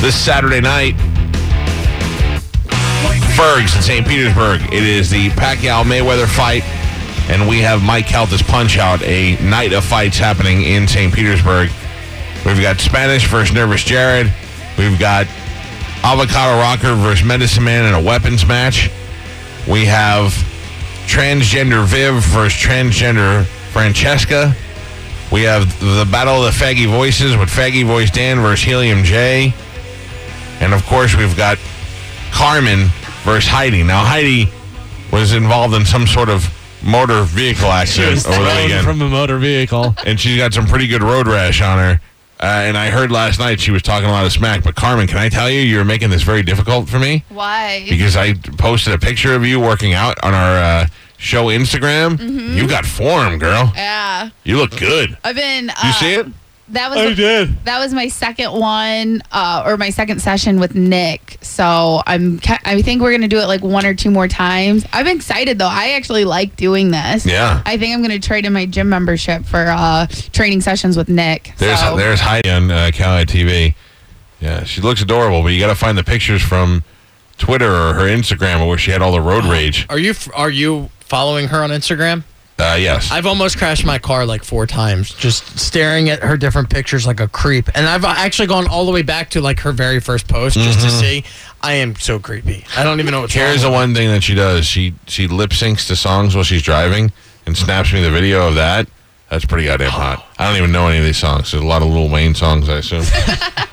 this Saturday night. Fergs in St. Petersburg. It is the Pacquiao Mayweather fight, and we have Mike Caltas Punch Out, a night of fights happening in St. Petersburg. We've got Spanish versus Nervous Jared. We've got Avocado Rocker versus Medicine Man in a weapons match. We have transgender Viv versus transgender Francesca. We have the Battle of the Faggy Voices with Faggy Voice Dan versus Helium J. And of course, we've got Carmen versus Heidi. Now, Heidi was involved in some sort of motor vehicle accident over the Thrown weekend. from a motor vehicle. and she's got some pretty good road rash on her. Uh, and I heard last night she was talking a lot of smack. But Carmen, can I tell you, you're making this very difficult for me Why? because I posted a picture of you working out on our uh, show Instagram. Mm-hmm. You got form, girl. Yeah, You look good. I've been. Uh, You see it? That was I did. that was my second one uh, or my second session with Nick. So I'm ca- I think we're gonna do it like one or two more times. I'm excited though. I actually like doing this. Yeah. I think I'm gonna trade in my gym membership for uh, training sessions with Nick. There's so. there's Heidi on uh, Cali TV. Yeah, she looks adorable, but you got to find the pictures from Twitter or her Instagram where she had all the road rage. Are you are you following her on Instagram? Uh, yes. I've almost crashed my car like four times just staring at her different pictures like a creep. And I've actually gone all the way back to like her very first post just to see. I am so creepy. I don't even know what's Here's Mm-hmm. the wrong. with one thing that she does. She she lip syncs to songs while she's driving and snaps me the video of that. That's pretty goddamn hot. I don't even know any of these songs. There's a lot of Lil Wayne songs, I assume.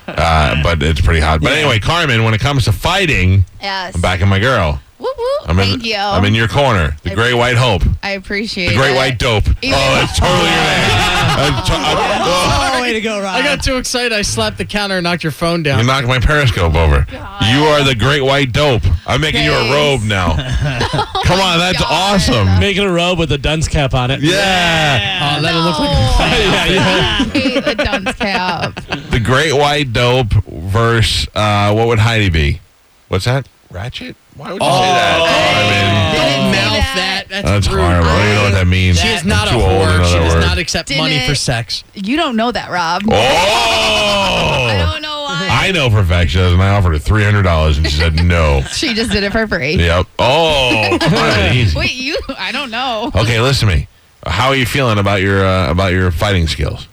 uh, but it's pretty hot. But anyway, Carmen, when it comes to fighting, yes. I'm backing my girl. Woo woo. I'm in, Thank you. I'm in your corner. The I- Great White Hope. I appreciate The Great it. White Dope. Oh, that's totally your name. That's to- I- oh. Oh, way to go, Rob. I got too excited. I slapped the counter and knocked your phone You down. knocked my periscope over. You are the Great White Dope. I'm making you a Thanks. robe now. Come on, that's God. awesome. Making a robe with a dunce cap on it. Yeah. Oh, let it look yeah, yeah. No. I hate like the dunce cap. The Great White Dope verse uh, what would Heidi be? What's that? Oh. Ratchet? Why would you say that? They Carmen? didn't Didn't mouth say that. that. That's, That's rude. horrible. I don't even know what that means. She is not a I'm too old in whore. She other does words. not accept Didn't money it- for sex. You don't know that, Rob. I Oh! don't know why. I know for a fact she does, and I offered her three hundred dollars, and she said no. She just did it for free. yep. Oh, come on, easy. Wait, you? I don't know. Okay, listen to me. How are you feeling about your uh, about your fighting skills?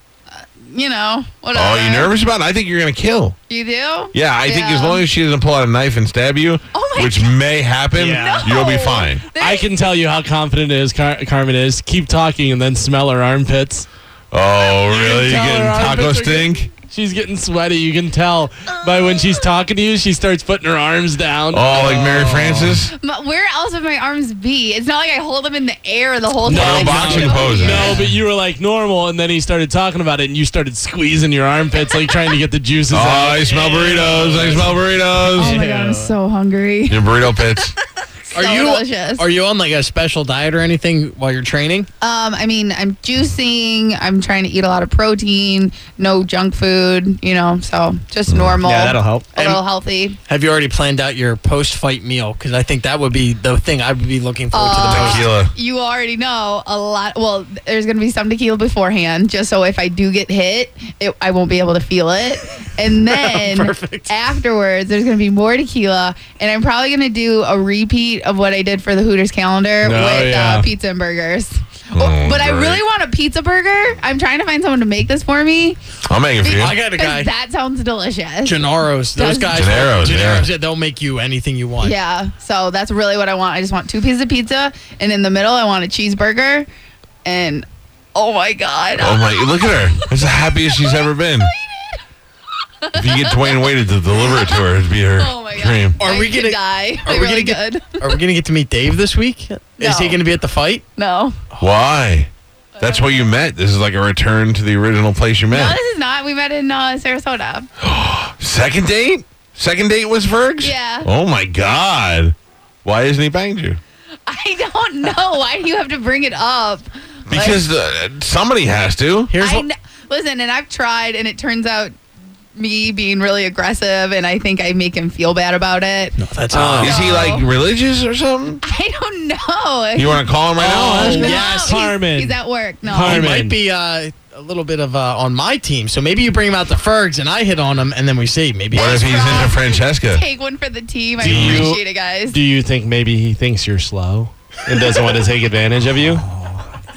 You know, whatever. Oh, you nervous about it? I think you're gonna kill. You do? Yeah, I think as Yeah. long as she doesn't pull out a knife and stab you, Oh my which may happen, Yeah. you'll be fine. There's- I can tell you how confident it is Car- Carmen is. Keep talking and then smell her armpits. Oh, really? You tell getting her taco armpits are getting- stink? She's getting sweaty. You can tell by when she's talking to you, she starts putting her arms down. Oh, like Mary Frances? M- Where else would my arms be? It's not like I hold them in the air the whole time. no, boxing pose. No, but you were like normal, and then he started talking about it, and you started squeezing your armpits, like trying to get the juices Oh, out. I smell burritos. I smell Oh burritos. my god, I'm so hungry. Your burrito pits. So Are you delicious. are you on like a special diet or anything while you're training? um, I mean, I'm juicing. I'm trying to eat a lot of protein, no junk food. You know, so just Mm. normal. Yeah, that'll help. A little healthy. Have you already planned out your post-fight meal? Because I think that would be the thing I would be looking forward Uh, to the Oh. most. Tequila. You already know a lot. Well, there's gonna be some tequila beforehand, just so if I do get hit, it, I won't be able to feel it. And then afterwards, there's gonna be more tequila, and I'm probably gonna do a repeat of what I did for the Hooters calendar Oh, with yeah. uh, pizza and burgers. Oh, but I great. really want a pizza burger. I'm trying to find someone to make this for me. I'll make it for I you. got a 'cause guy, That sounds delicious. Gennaro's. Does- Those guys, Gennaro's, yeah. yeah, they'll make you anything you want. Yeah, so that's really what I want. I just want two pieces of pizza, and in the middle, I want a cheeseburger. And oh my god! Uh-huh. Oh my! Look at her. That's the happiest she's ever been. If you get Dwayne Wade to deliver it to her, it'd be her Oh my God. dream. Are I we could gonna- die? Are I we really gonna could. get? Are we gonna get to meet Dave this week? Is he No. gonna be at the fight? No. Why? That's where you met. This is like a return to the original place you No, met. this is not. We met in uh, Sarasota. Second date? Second date was Vergs? Yeah. Oh my God. Why isn't he banged you? I don't know. Why do you have to bring it up? Because uh, somebody has to. Here's I what- kn- listen, and I've tried, and it turns out me being really aggressive, and I think I make him feel bad about it. that's Is he like religious or something? I don't know. You want to call him right Oh, now? No, yes, he's- Carmen. He's at work. No. Carmen. He might be uh, a little bit of uh, on my team. So maybe you bring him out to Fergs and I hit on him, and then we see. Maybe What if he's into Francesca? Take one for the team. I Do you- appreciate it, guys. Do you think maybe he thinks you're slow and doesn't want to take advantage of you?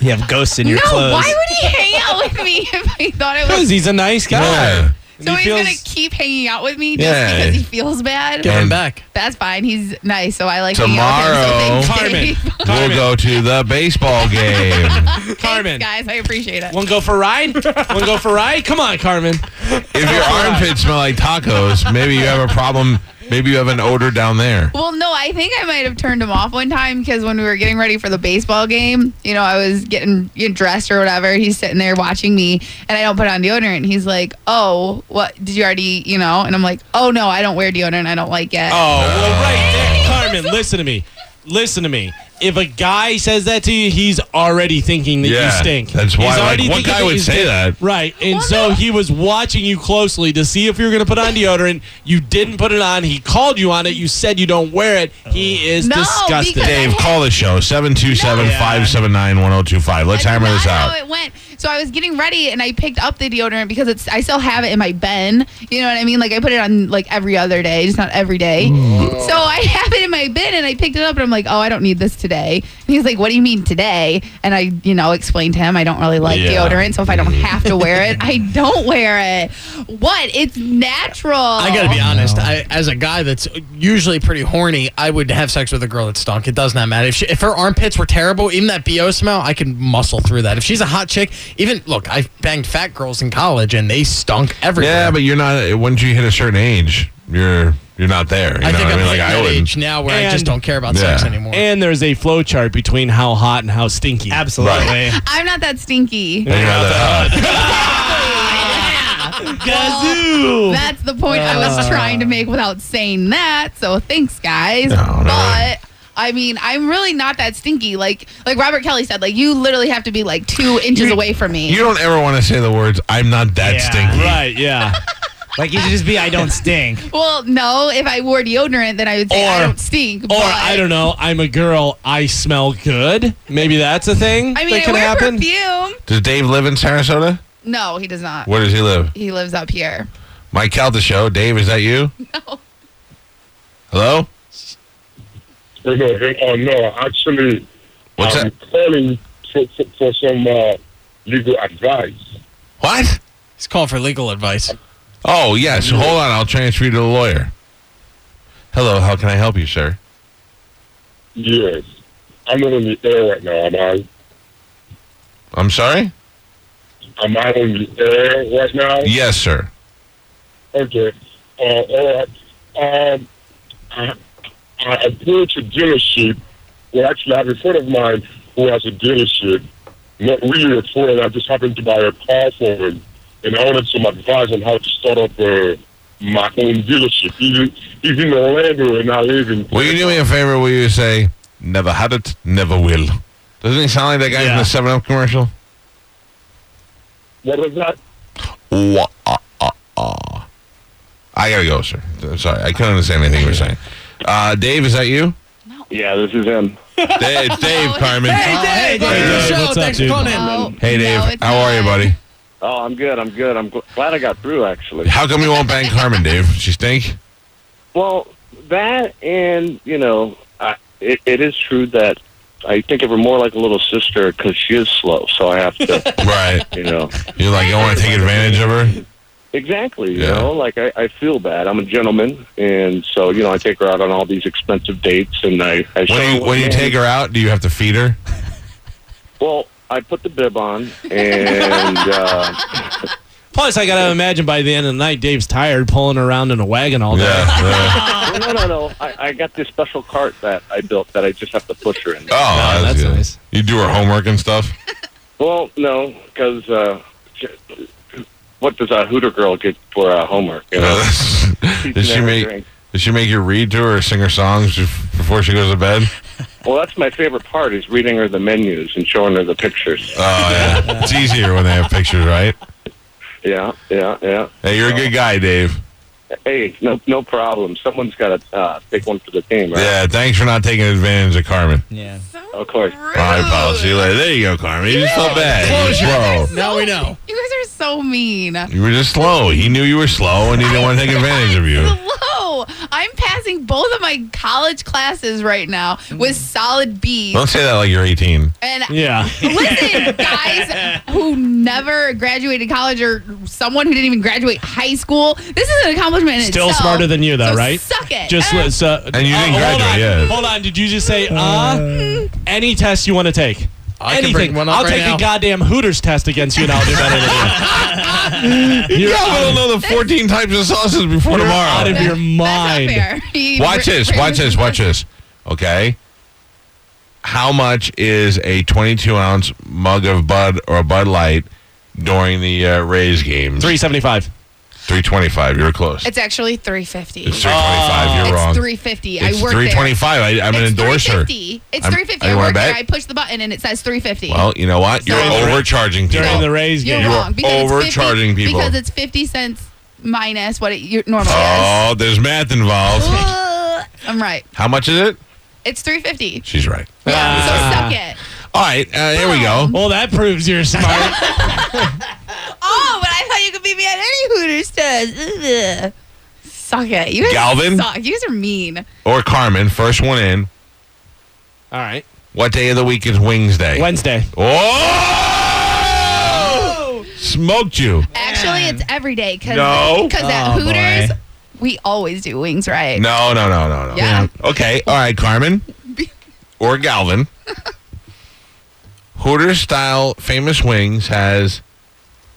You have ghosts in your no, clothes. why would he hang out with me if I thought it Because was? he's a nice guy. Yeah. So he's he feels- gonna keep hanging out with me just Yeah. because he feels bad. get him And- back. That's fine. He's nice, so I like hanging out with him. So Tomorrow- thanks, Dave. We'll go to the baseball game. Carmen. Guys, I appreciate it. One go for a ride? One go for a ride? Come on, Carmen. If your armpits smell like tacos, maybe you have a problem. Maybe you have an odor down there. Well, no, I think I might have turned him off one time because when we were getting ready for the baseball game, you know, I was getting you know, dressed or whatever. He's sitting there watching me, and I don't put on deodorant. And he's like, "Oh, what did you already, you know?" And I'm like, "Oh no, I don't wear deodorant. I don't like it." Oh, well, right there. Carmen, listen to me. Listen to me. If a guy says that to you, he's already thinking that you stink. That's He's why. Like, already what thinking guy that would you say stink. that? Right. And Well, so no. he was watching you closely to see if you were going to put on deodorant. You didn't put it on. He called you on it. You said you don't wear it. He is No, disgusted. because- Dave, call the show 727 579 1025. Let's That's hammer not this how out. it went. So I was getting ready and I picked up the deodorant because it's I still have it in my bin. You know what I mean? Like I put it on like every other day, just not every day. Mm. So I have it in my bin and I picked it up and I'm like, oh, I don't need this today. And he's like, what do you mean today? And I, you know, explained to him I don't really like Yeah. deodorant, so if I don't Mm. have to wear it, I don't wear it. What? It's natural. I gotta be honest. I, as a guy that's usually pretty horny, I would have sex with a girl that stunk. It does not matter if, she, if her armpits were terrible. Even that bo smell, I can muscle through that. If she's a hot chick, even look, I banged fat girls in college and they stunk everywhere. Yeah, but you're not. Once you hit a certain age, you're you're not there. You I know what think I I'm mean? like Like that I wouldn't. age now where I And- just don't care about sex Yeah. anymore. And there's a flow chart between how hot and how stinky. Absolutely. Right. I'm not that stinky. You're uh, not that hot. Gazoo. That's the point I Uh. was trying to make without saying that. So thanks, guys. no but worries. I mean, I'm really not that stinky. Like like Robert Kelly said, like you literally have to be like two inches away from me. You don't ever want to say the words, I'm not that Yeah. stinky. Right, yeah. Like you should just be, I don't stink. well, no. If I wore deodorant, then I would say I Or- don't stink. Or I don't know, I'm a girl, I smell good. Maybe that's a thing I mean, that I can wear happen. perfume. Does Dave live in Sarasota? No, he does not. Where does he live? He lives up here. Mike Calta Show. Dave, is that you? No. Hello? We're gonna hang on. uh, No, actually, What's I'm that? calling for, for, for some uh, legal advice. What? It's calling for legal advice. Oh, yes. Hold on. I'll transfer you to the lawyer. Hello. How can I help you, sir? Yes, I'm not on the air right now. Am I? I'm sorry? Am I on the air right now? Yes, sir. Okay. Uh, all right. Um, I, I appeared to dealership. Well, actually, I have a friend of mine who has a dealership. Not really a friend. I just happened to buy a car for him, and I wanted some advice on how to start up uh, my own dealership. He's, he's in Orlando, and I live in. Will you do me a favor? Will you say, never had it, never will? Doesn't he sound like that guy from Yeah. the 7 Up commercial? What was that? Wah, ah, ah, ah. I gotta go, sir. Sorry, I couldn't understand anything you were saying. Uh, Dave, is that you? Yeah, this is him. Dave, it's Oh, Dave Carmen. Hey, Dave, Dave, good show. what's up, Thanks dude? for calling in. No. Hey, Dave. Oh, No, it's how are you, not. buddy? Oh, I'm good. I'm good. I'm gl- glad I got through, actually. How come you won't bang Carmen, Dave? She stink? Well, that and you know, I, it, it is true that I think of her more like a little sister because she is slow. So I have to, Right. you know, You're like, I want to take advantage of her? exactly. You Yeah. know, like I, I feel bad. I'm a gentleman, and so you know, I take her out on all these expensive dates, and I, I show When her you, what when you man- take her out, do you have to feed her? Well, I put the bib on, and uh, Plus, I gotta imagine by the end of the night, Dave's tired pulling around in a wagon all day. yeah. no, no, no, no. I, I got this special cart that I built that I just have to push her in. Oh, No, that's good. nice. You do her homework and stuff? Well, no, because uh, what does a Hooter girl get for uh, homework? You know? does she Never make drink. does she make you read to her or sing her songs bef- before she goes to bed? Well, that's my favorite part is reading her the menus and showing her the pictures. Oh yeah. it's easier when they have pictures, right? Yeah, yeah, yeah. Hey, you're a good guy, Dave. Hey, no, no problem. Someone's got to uh, take one for the team, right? Yeah, thanks for not taking advantage of Carmen. Yeah. Of course. My apologies. See you later. There you go, Carmen. You just felt bad. Bro, Now we know. You guys are so mean. you were just slow. He knew you were slow, and he didn't want to take advantage of you. Hello. I'm passing both of my college classes right now Mm. with solid B's. Don't say that like you're 18. And Yeah. listen, guys who never graduated college or someone who didn't even graduate high school, this is an accomplishment in Still itself. smarter than you, though, So right? Suck it. Just Eh, let's. Uh, And you uh, didn't graduate, hold on, yeah. Hold on. Did you just say uh? Any test you want to take? I can Anything. bring one up I'll right take now. the goddamn Hooters test against you, and I'll do better than you. You're Yeah, out- I don't know the 14 types of sauces before You're tomorrow. out of your That's mind. not fair. He Watch re- this. re- Watch this. Watch this. Okay. How much is a 22 ounce mug of Bud or Bud Light during the uh, Rays game? 375. 325. You're close. It's, It's actually 350. 325. you're It's wrong. 350. It's I work there. 325. I, I'm an It's endorser. 350. It's I'm- 350. you I wanna work there. bet? I push the button and it says 350. Well, you know what? You're During the- overcharging people. During the Rays You're game. wrong. Because it's 50 overcharging people. Because it's 50 cents minus what it you- normally is. Oh, there's math involved. Ugh. I'm right. How much is it? It's 350. She's right. Yeah, Ah. so suck it. All right. Uh, here we go. Well, that proves you're smart. Oh, but I thought you could beat me at any Hooters test. Ugh. Suck it. You guys Galvin? suck. You guys are mean. Or Carmen, first one in. All right. What day of the week is Wings Day? Wednesday. Oh! Smoked you. Actually, it's every day because No. at Oh, Hooters, boy. we always do wings right. No, no, no, no, no. Yeah. Okay. All right, Carmen or Galvin. Hooters style famous wings has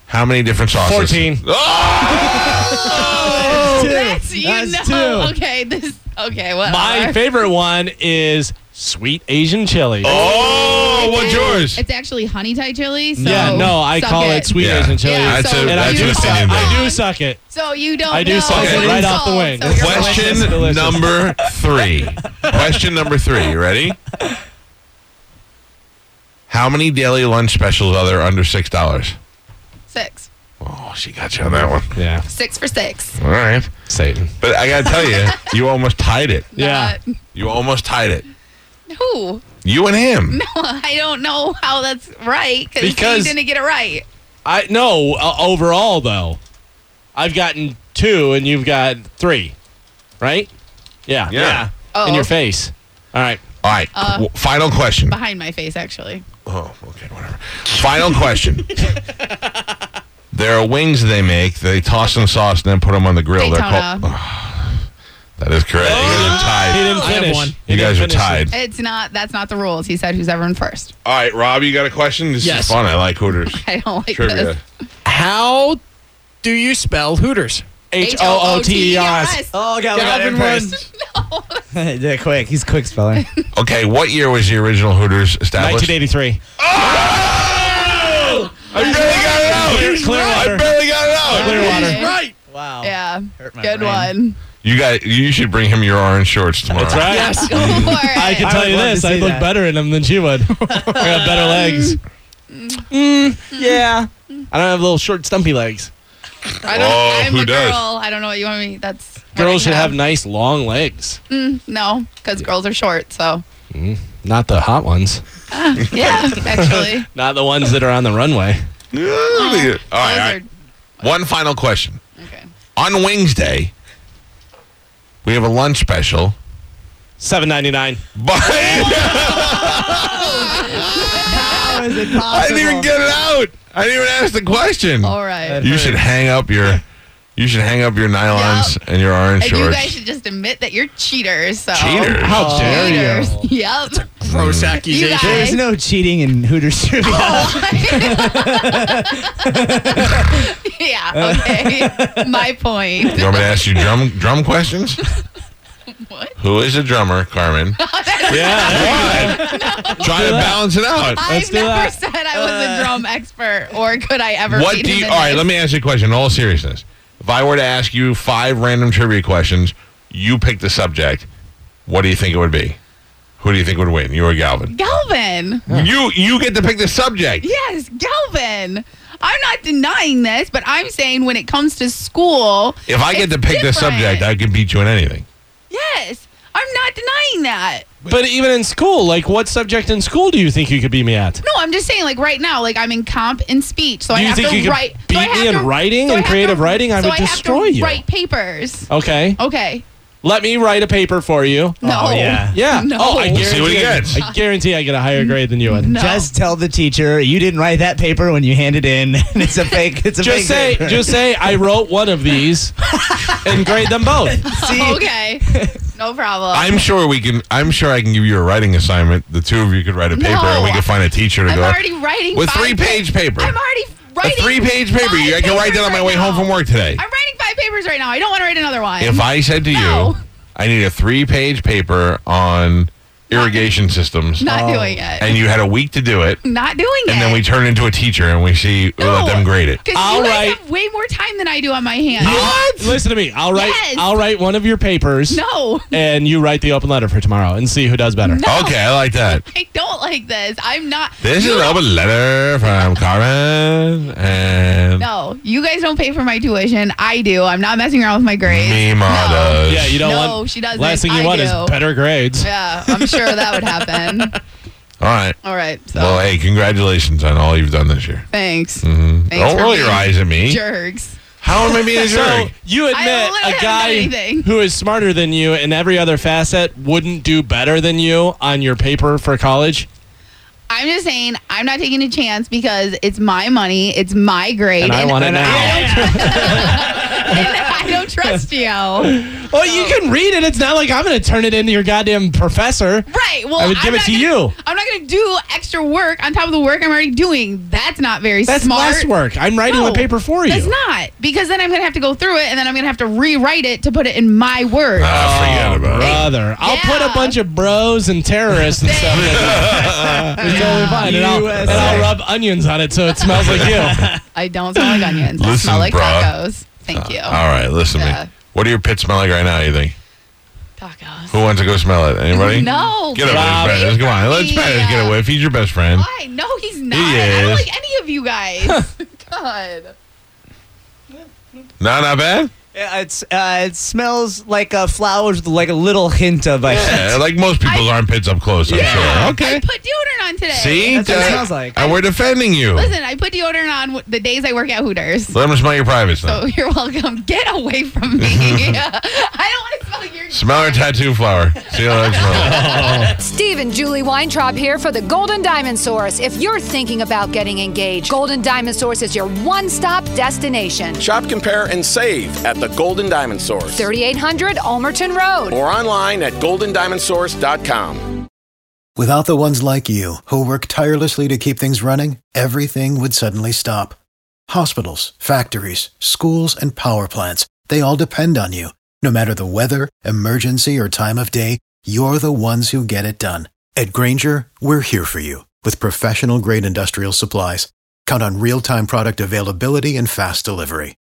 how many different sauces? 14. Oh! That's, you That's know. two. Okay, this. Okay, whatever. My favorite one is sweet Asian chili. oh, what's yours? It's actually honey Thai chili. So yeah, no, I suck call it, sweet Yeah. Asian chili. Yeah, That's so a, and I that's do, an suck, opinion. though. I do suck it. So you don't. I do know suck it what right it's off the called, wing. so you're What? Question Delicious, delicious. number three. Question number three. You ready? How many daily lunch specials are there under six dollars? Six. Oh, she got you on that one. Yeah, Six for six. All right, Satan. but I gotta tell you, you almost tied it. Yeah. Not- You almost tied it. who? You and him. I don't know how that's right Because- because you didn't get it right. I no. Uh, overall, though, I've gotten two, and you've got three, right? Yeah. Yeah. Oh, In your face. All right. All right. w- final question. behind my face actually. Oh, okay, whatever. Final question. there are wings they make. They toss in sauce and then put them on the grill. Daytona. They're called. oh, that is correct. you guys are tied. He Oh. didn't I have finish. one. He You guys are didn't finish tied. It's not. That's not the rules. He said who's ever in first. All right, Rob, you got a question? This is Yes. fun. I like Hooters. I don't like Trivia. this. How do you spell Hooters? it. H O O T E R S. Oh, God, we got Galvin him first. Did it quick. He's a quick speller. Okay, what year was the original Hooters established? 1983. I barely got it out. Clear- I Clearwater. barely got it out. Clearwater. He's Right. Wow. Yeah. Hurt my Good brain. one. You got. You should bring him your orange shorts tomorrow. That's right. Yes. Go for it. I can I tell would you love to this. see I look that. better in them than she would. I got better legs. Mm. Mm. Yeah. I don't have little short, stumpy legs. I don't, Oh, I'm who a does? girl. I don't know what you want me. That's what Girls I Mm. should have nice, long legs. no, because girls are short. So Not the hot ones. yeah, actually, Not the ones that are on the runway. Look at you. all right, those all are right. One final question. okay. On Wings Day, we have a lunch special. Seven ninety nine. But How is it I didn't even get it out. I didn't even ask the question. All right. You should hang up your. You should hang up your nylons and your orange And you shorts. guys should Oh, just admit that you're cheaters. So Cheaters. How dare you? Cheaters. Yep. Oh, Gross Mm. accusation. guys- Oh, There's no cheating in Hooters trivia. yeah. Okay. My point. You want me to ask you drum drum questions? What? Who is a drummer, Carmen? Yeah. Trying to balance it out. I've do never that. said I was a drum expert, or could I ever? Uh, What beat do him you? in All right, this. let me ask you a question. In all seriousness, if I were to ask you five random trivia questions, you pick the subject. What do you think it would be? Who do you think would win? You or Galvin? Galvin. You you get to pick the subject. Yes, Galvin. I'm not denying this, but I'm saying when it comes to school, If I get it's to pick this different. subject, I could beat you in anything. yes, I'm not denying that. But even in school, like what subject in school do you think you could beat me at? No, I'm just saying, like right now, like I'm in comp and speech, so Do I you have think to you could write. beat so I have me in to- writing, so I in have creative to- writing? I so would have destroy to you. Write papers. Okay. Okay. Let me write a paper for you. Oh. No. Oh, yeah. Yeah. No. Oh, I guarantee See what he I- gets. I guarantee I get a higher grade than you would. No. Just tell the teacher you didn't write that paper when you handed in. and it's a fake. It's a Just fake say, paper. just say, I wrote one of these, and grade them both. See? okay. No problem. I'm sure we can. I'm sure I can give you a writing assignment. The two of you could write a paper, and we No. could find a teacher to I'm go already writing with five three pa- page paper. I'm already a writing three page paper. five You- I can write papers that on my right way home now. from work today. I'm writing five papers right now. I don't want to write another one. If I said to No. you, I need a three page paper on irrigation systems, not doing it. and you had a week to do it, not doing it. and then we turn into a teacher and we see we let No. them grade it. Because I'll you guys write- have way more time than I do on my hands. Listen to me. I'll write. Yes. I'll write one of your papers, No. and you write the open letter for tomorrow, and see who does better. No. Okay, I like that. I don't like this. I'm not. This is You an open letter from Carmen and No, you guys don't pay for my tuition. I do. I'm not messing around with my grades. Mima No. does. Yeah, you don't No, want. she doesn't. Last thing you I want do. is better grades. Yeah, I'm sure that would happen. All right. All right. So Well, hey, congratulations on all you've done this year. thanks. Mhm. Thanks Don't for roll your being eyes at me. Jerks. How am I being a So jerk? you I admit literally a haven't done guy anything. who is smarter than you in every other facet wouldn't do better than you on your paper for college, I'm just saying, I'm not taking a chance because it's my money, it's my grade, and I want it and I- now. and I don't trust you. Right. Well, you can read it. It's not like I'm going to turn it into your goddamn professor. Well, I would give am it not to gonna, you. I'm not going to do extra work on top of the work I'm already doing. That's not very That's smart. less work. I'm writing No, the paper for you. That's not because then I'm gonna have to go through it and then I'm gonna have to rewrite it to put it in my words. Ah, forget about it. Oh, Brother, I'll put a Yeah. bunch of bros and terrorists and stuff. Uh, in it. It's totally fine. And I'll, and I'll USA. rub onions on it so it smells like you. I don't smell like onions. I Listen, smell like bruh. Uh, tacos. Thank you. All right, listen to Yeah. me. What do your pits smell like right now, you think? Tacos. Who wants to go smell it? Anybody? No. Get away, Rob. Brennan. Come on. Let's Yeah. Brennan get away. He's your best friend. Why? No, he's not. I is. don't like any of you guys. God. No, not bad. Yeah, it's uh, it smells like uh, flowers with like a little hint of like. Yeah, like most people's armpits up close, I'm sure. I Okay. put deodorant on today. See? That's what it Uh, smelws like. And we're defending you. Listen, I put deodorant on w- the days I work at Hooters. Let them smell your privates now. So you're welcome. Get away from me. I don't want to smell your. Smell her tattoo flower. See how that smells. Steve and Julie Weintraub here for the Golden Diamond Source. If you're thinking about getting engaged, Golden Diamond Source is your one stop destination. Shop, compare, and save at the Golden Diamond Source 3800 Olmerton Road. or online at goldendiamondsource.com. Without the ones like you, who work tirelessly to keep things running, everything would suddenly stop. Hospitals, factories, schools, and power plants, they all depend on you. No matter the weather, emergency, or time of day, you're the ones who get it done. At Granger, we're here for you with professional grade industrial supplies. Count on real time product availability and fast delivery.